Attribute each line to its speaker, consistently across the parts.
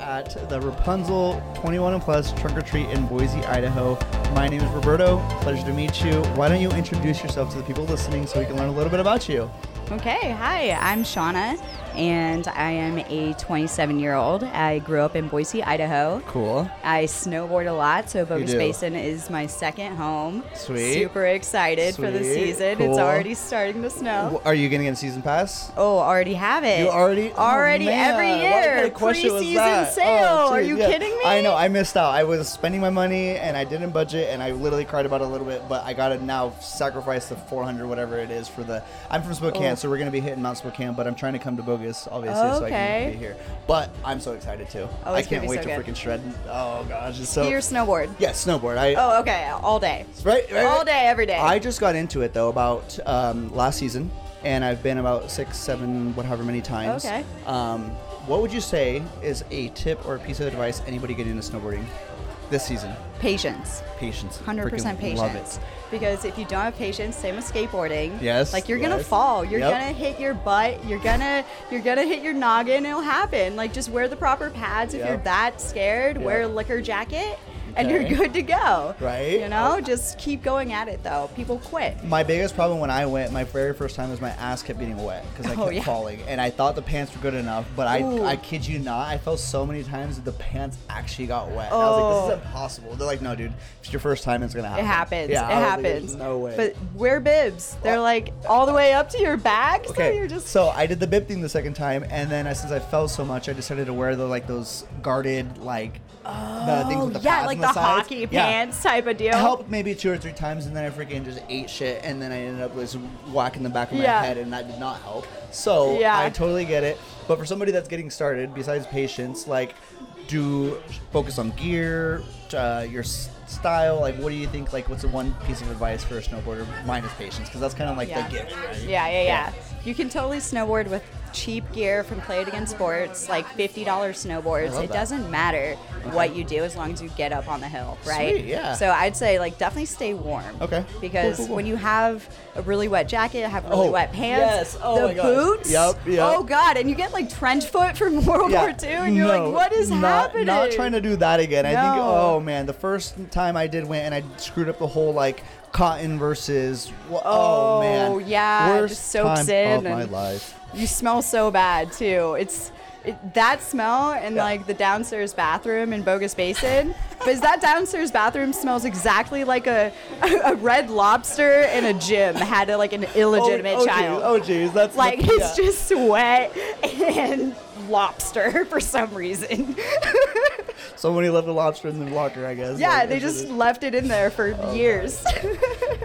Speaker 1: at the Rapunzel 21 and Plus Trunk or Treat in Boise, Idaho. My name is Roberto. Pleasure to meet you. Why don't you introduce yourself to the people listening so we can learn a little bit about you?
Speaker 2: Okay, hi, I'm Shauna, and I am a 27 year old. I grew up in Boise, Idaho.
Speaker 1: Cool.
Speaker 2: I snowboard a lot, so Bogus
Speaker 1: do.
Speaker 2: Basin is my second home.
Speaker 1: Sweet.
Speaker 2: Super excited for the
Speaker 1: Sweet.
Speaker 2: season.
Speaker 1: Cool.
Speaker 2: It's already starting to snow.
Speaker 1: Are you going to get a season pass?
Speaker 2: Oh, already have it.
Speaker 1: You already oh,
Speaker 2: already
Speaker 1: man,
Speaker 2: every
Speaker 1: what
Speaker 2: year.
Speaker 1: kind of question was
Speaker 2: Preseason
Speaker 1: that?
Speaker 2: sale.
Speaker 1: Oh,
Speaker 2: Are
Speaker 1: geez,
Speaker 2: you
Speaker 1: yeah.
Speaker 2: kidding me?
Speaker 1: I know I missed out. I was spending my money and I didn't budget and I literally cried about it a little bit, but I got to now sacrifice the 400 whatever it is for the. I'm from Spokane,
Speaker 2: Oh.
Speaker 1: so we're gonna be hitting Mount Spokane, but I'm trying to come to Bogus obviously so I
Speaker 2: Okay.
Speaker 1: can be here. But I'm so excited too.
Speaker 2: Oh,
Speaker 1: I
Speaker 2: it's gonna
Speaker 1: can't
Speaker 2: be
Speaker 1: wait
Speaker 2: so
Speaker 1: to
Speaker 2: good.
Speaker 1: freaking shred. Oh gosh, it's so.
Speaker 2: Ski or snowboard?
Speaker 1: yeah, snowboard. I
Speaker 2: Oh, okay, all day.
Speaker 1: right, right,
Speaker 2: All
Speaker 1: right.
Speaker 2: day, every day.
Speaker 1: I just got into it though about um, last season, and I've been about six, seven, whatever many times.
Speaker 2: Okay.
Speaker 1: Um, what would you say is a tip or a piece of advice anybody getting into snowboarding this season?
Speaker 2: Patience.
Speaker 1: Patience.
Speaker 2: Hundred percent
Speaker 1: Freaking
Speaker 2: patience.
Speaker 1: Love it.
Speaker 2: Because if you don't have patience, same with skateboarding.
Speaker 1: Yes,
Speaker 2: Like you're gonna
Speaker 1: yes.
Speaker 2: fall. You're
Speaker 1: Yep.
Speaker 2: gonna hit your butt. You're gonna you're gonna hit your noggin. It'll happen. Like just wear the proper pads if you're
Speaker 1: Yep.
Speaker 2: that scared. Wear a
Speaker 1: Yep.
Speaker 2: liquor jacket, and you're
Speaker 1: Okay.
Speaker 2: good to go.
Speaker 1: Right.
Speaker 2: You know, just keep going at it though. People quit.
Speaker 1: My biggest problem when I went my very first time is my ass kept getting wet because I
Speaker 2: Oh,
Speaker 1: kept
Speaker 2: yeah.
Speaker 1: falling, and I thought the pants were good enough, but
Speaker 2: Ooh.
Speaker 1: I, I kid you not, I fell so many times that the pants actually got wet. And I was like, this is impossible. They're like, no, dude, it's your first time, it's gonna happen.
Speaker 2: Oh. It happens.
Speaker 1: Yeah, I was
Speaker 2: it
Speaker 1: like, "There's
Speaker 2: happens.
Speaker 1: no way.
Speaker 2: But wear bibs. They're
Speaker 1: Well-
Speaker 2: like all the way up to your back. So
Speaker 1: Okay,
Speaker 2: you're just
Speaker 1: so I did the bib thing the second time, and then I, since I fell so much, I decided to wear the like those guarded like the things with the
Speaker 2: oh, yeah,
Speaker 1: pads
Speaker 2: like
Speaker 1: on
Speaker 2: the,
Speaker 1: the, sides.
Speaker 2: hockey
Speaker 1: Yeah.
Speaker 2: pants type of deal.
Speaker 1: I helped maybe two or three times, and then I freaking just ate shit, and then I ended up just whacking the back of my
Speaker 2: Yeah.
Speaker 1: head, and that did not help. So
Speaker 2: Yeah.
Speaker 1: I totally get it. But for somebody that's getting started, besides patience, like do focus on gear, uh, your s- style. Like, what do you think? Like, what's the one piece of advice for a snowboarder? Mine is patience, because that's kind of like
Speaker 2: Yeah.
Speaker 1: the gift. Right?
Speaker 2: Yeah, yeah, yeah. You can totally snowboard with cheap gear from Play It Again Sports, like $50
Speaker 1: I
Speaker 2: snowboards.
Speaker 1: love
Speaker 2: It
Speaker 1: that.
Speaker 2: doesn't matter what you do as long as you get up on the hill, right?
Speaker 1: Sweet, yeah.
Speaker 2: So I'd say like definitely stay warm.
Speaker 1: Okay. Cool,
Speaker 2: Because
Speaker 1: cool, cool.
Speaker 2: when you have a really wet jacket, have really
Speaker 1: Oh,
Speaker 2: wet pants,
Speaker 1: yes. Oh
Speaker 2: the
Speaker 1: my gosh.
Speaker 2: boots.
Speaker 1: Yep, yep.
Speaker 2: Oh god, and you get like trench foot from World War II and you're
Speaker 1: no,
Speaker 2: like, what is
Speaker 1: not,
Speaker 2: happening?
Speaker 1: Not trying to do that again. I think,
Speaker 2: No.
Speaker 1: oh man, the first time I did went and I screwed up the whole like cotton versus. wha- Oh,
Speaker 2: Oh,
Speaker 1: man,
Speaker 2: yeah, it
Speaker 1: worst
Speaker 2: just soaks
Speaker 1: time
Speaker 2: in
Speaker 1: of my
Speaker 2: and-
Speaker 1: life.
Speaker 2: You smell so bad too. It's it, that smell and
Speaker 1: Yeah.
Speaker 2: like the downstairs bathroom in Bogus Basin. but that downstairs bathroom smells exactly like a, a, red lobster in a gym had a, like an illegitimate
Speaker 1: oh,
Speaker 2: child.
Speaker 1: Geez, oh jeez, that's
Speaker 2: like
Speaker 1: yeah.
Speaker 2: it's just sweat and lobster for some reason.
Speaker 1: somebody left a lobster in the locker. I guess.
Speaker 2: yeah,
Speaker 1: Like,
Speaker 2: they
Speaker 1: that's what
Speaker 2: just
Speaker 1: it Oh,
Speaker 2: left it in there for years.
Speaker 1: is.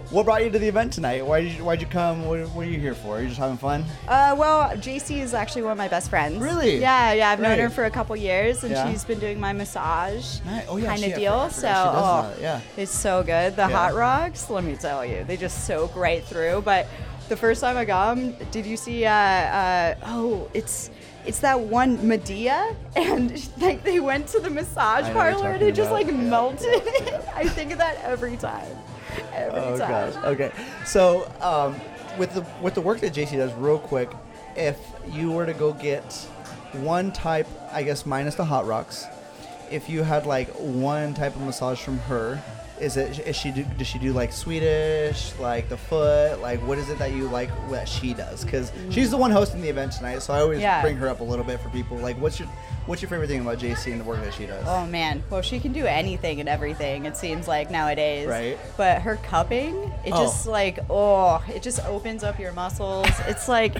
Speaker 1: What brought you to the event tonight? Why did you, why'd you come? What, what are you here for? Are you just having fun?
Speaker 2: Uh, well, JC is actually one of my best friends.
Speaker 1: Really?
Speaker 2: Yeah, yeah. I've known her
Speaker 1: Great.
Speaker 2: for a couple years, and
Speaker 1: Yeah.
Speaker 2: she's been doing my massage
Speaker 1: Nice. Oh, yeah,
Speaker 2: kind
Speaker 1: she- I
Speaker 2: of
Speaker 1: forgot-
Speaker 2: deal.
Speaker 1: I forgot
Speaker 2: so,
Speaker 1: she does
Speaker 2: oh,
Speaker 1: that, yeah.
Speaker 2: it's so good. The
Speaker 1: Yeah.
Speaker 2: hot rocks, let me tell you, they just soak right through. But the first time I got them, did you see? Uh, uh, oh, it's. It's that one Medea, and like they went to the
Speaker 1: I know
Speaker 2: massage
Speaker 1: what you're
Speaker 2: parlor and
Speaker 1: talking
Speaker 2: it just
Speaker 1: about.
Speaker 2: like
Speaker 1: Yeah,
Speaker 2: melted. I think of that every time. Every
Speaker 1: Oh
Speaker 2: time.
Speaker 1: gosh. Okay. So um, with the with the work that JC does, real quick, if you were to go get one type, I guess minus the hot rocks, if you had like one type of massage from her, is it is she do, does she do like Swedish, like the foot, like what is it that you like that she does? Because she's the one hosting the event tonight, so I always
Speaker 2: Yeah.
Speaker 1: bring her up a little bit for people. Like, what's your what's your favorite thing about JC and the work that she does?
Speaker 2: Oh man, well she can do anything and everything. It seems like nowadays.
Speaker 1: Right.
Speaker 2: But her cupping, it
Speaker 1: Oh.
Speaker 2: just like oh, it just opens up your muscles. It's like,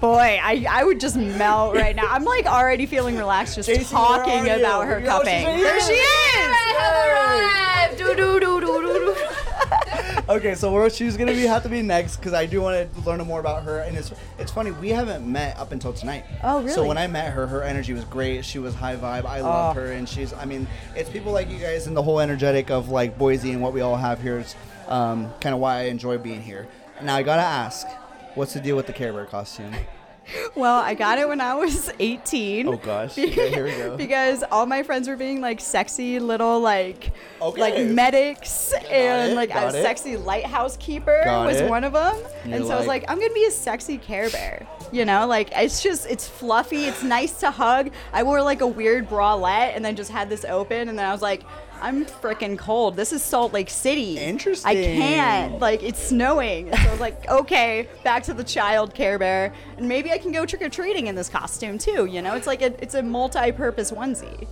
Speaker 2: boy, I, I would just melt right now. I'm like already feeling relaxed just
Speaker 1: Jason, where
Speaker 2: talking
Speaker 1: are you?
Speaker 2: about her
Speaker 1: Yo, she's
Speaker 2: cupping.
Speaker 1: right
Speaker 2: there
Speaker 1: here.
Speaker 2: she is. Do do do do do do.
Speaker 1: Okay, so where she's gonna be have to be next because I do want to learn more about her. And it's it's funny we haven't met up until tonight.
Speaker 2: Oh,
Speaker 1: So
Speaker 2: really?
Speaker 1: when I met her, her energy was great. She was high vibe. I love
Speaker 2: Oh.
Speaker 1: her, and she's I mean it's people like you guys and the whole energetic of like Boise and what we all have here is um, kind of why I enjoy being here. Now I gotta ask, what's the deal with the Care Bear costume?
Speaker 2: Well, I got it when I was 18.
Speaker 1: Oh gosh, okay, here we go.
Speaker 2: because all my friends were being like sexy little like
Speaker 1: Okay.
Speaker 2: like medics and
Speaker 1: it,
Speaker 2: like a
Speaker 1: got it.
Speaker 2: sexy lighthouse keeper
Speaker 1: Got
Speaker 2: was
Speaker 1: it.
Speaker 2: one of them.
Speaker 1: You're
Speaker 2: and so I was
Speaker 1: like-
Speaker 2: like, I'm gonna be a sexy care bear. You know, like it's just it's fluffy, it's nice to hug. I wore like a weird bralette and then just had this open and then I was like, I'm freaking cold. This is Salt Lake City. I
Speaker 1: Interesting.
Speaker 2: can't. Like it's snowing. So I was like, okay, back to the child care bear. And maybe I can go trick or treating in this costume too, you know? It's like a it's a multi-purpose onesie.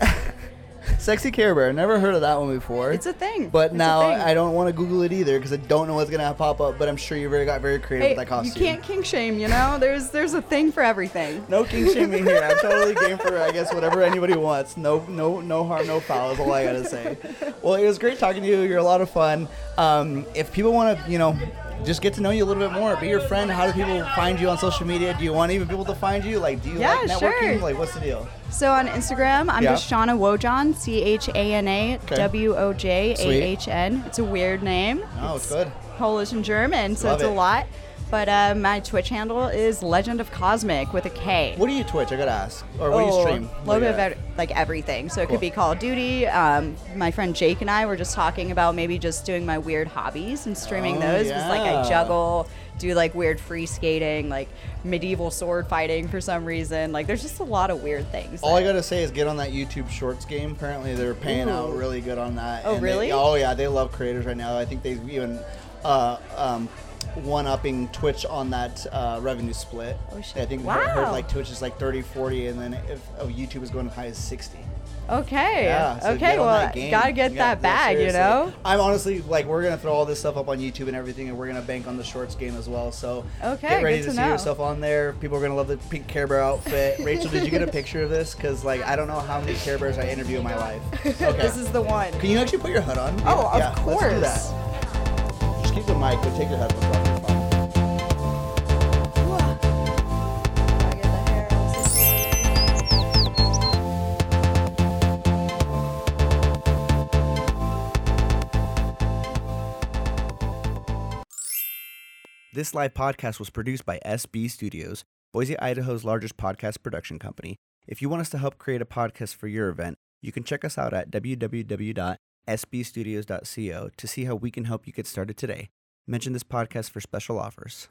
Speaker 1: Sexy Care Bear. Never heard of that one before.
Speaker 2: It's a thing.
Speaker 1: But
Speaker 2: It's a
Speaker 1: now
Speaker 2: thing.
Speaker 1: I don't want to Google it either because I don't know what's gonna pop up. But I'm sure you really got very creative
Speaker 2: Hey,
Speaker 1: with that costume.
Speaker 2: you can't king shame, you know? There's there's a thing for everything.
Speaker 1: No king shaming here. I'm totally game for I guess whatever anybody wants. No, no, no harm, no foul is all I gotta say. Well, it was great talking to you. You're a lot of fun. Um, if people want to, you know, just get to know you a little bit more, be your friend. How do people find you on social media? Do you want even people to find you? Like, do you
Speaker 2: Yeah,
Speaker 1: like networking?
Speaker 2: sure.
Speaker 1: Like, what's the deal?
Speaker 2: So on Instagram, I'm
Speaker 1: Yeah.
Speaker 2: just Shauna Wojon, C H A N A W O J A H N. It's a weird name.
Speaker 1: Oh, it's good.
Speaker 2: Polish and German, so
Speaker 1: Love
Speaker 2: it's
Speaker 1: it.
Speaker 2: a lot. But uh, my Twitch handle is Legend of Cosmic with a K.
Speaker 1: What do you Twitch? I gotta ask. Or what do you
Speaker 2: Oh,
Speaker 1: stream?
Speaker 2: A little
Speaker 1: What do
Speaker 2: bit
Speaker 1: you
Speaker 2: of
Speaker 1: got?
Speaker 2: ev- like everything. So it
Speaker 1: Cool.
Speaker 2: could be Call of Duty. Um, my friend Jake and I were just talking about maybe just doing my weird hobbies and streaming
Speaker 1: Oh,
Speaker 2: those. 'cause, like
Speaker 1: yeah.
Speaker 2: I juggle, do like weird free skating, like medieval sword fighting for some reason. Like there's just a lot of weird things.
Speaker 1: All
Speaker 2: that-
Speaker 1: I gotta say is get on that YouTube Shorts game. Apparently, they're paying out
Speaker 2: Ooh.
Speaker 1: really good on that.
Speaker 2: Oh,
Speaker 1: and they-
Speaker 2: really?
Speaker 1: oh yeah, they love creators right now. I think they've even uh, um, one upping Twitch on that uh, revenue split.
Speaker 2: Oh, shit.
Speaker 1: I think I heard
Speaker 2: Wow.
Speaker 1: like Twitch is like 30, 40, and then if oh, YouTube is going as high as 60.
Speaker 2: Okay.
Speaker 1: Yeah. so get
Speaker 2: okay.
Speaker 1: on
Speaker 2: Well,
Speaker 1: that game.
Speaker 2: gotta get
Speaker 1: Yeah,
Speaker 2: that
Speaker 1: no,
Speaker 2: bag, you
Speaker 1: seriously.
Speaker 2: know.
Speaker 1: I'm honestly like we're gonna throw all this stuff up on YouTube and everything, and we're gonna bank on the shorts game as well. So
Speaker 2: Okay,
Speaker 1: get ready
Speaker 2: good
Speaker 1: to,
Speaker 2: to
Speaker 1: see
Speaker 2: know.
Speaker 1: yourself on there. People are gonna love the pink Care Bear outfit. Rachel, did you get a picture of this? Because like I don't know how many Care Bears I interview in my life. Okay.
Speaker 2: This is the one.
Speaker 1: Can you actually put your hood on?
Speaker 2: Oh, of
Speaker 1: Let's do
Speaker 2: course.
Speaker 1: that. Just keep the mic, but take your headphones off. You're fine. This live podcast was produced by SB Studios, Boise, Idaho's largest podcast production company. If you want us to help create a podcast for your event, you can check us out at www.sbstudios.co to see how we can help you get started today. Mention this podcast for special offers.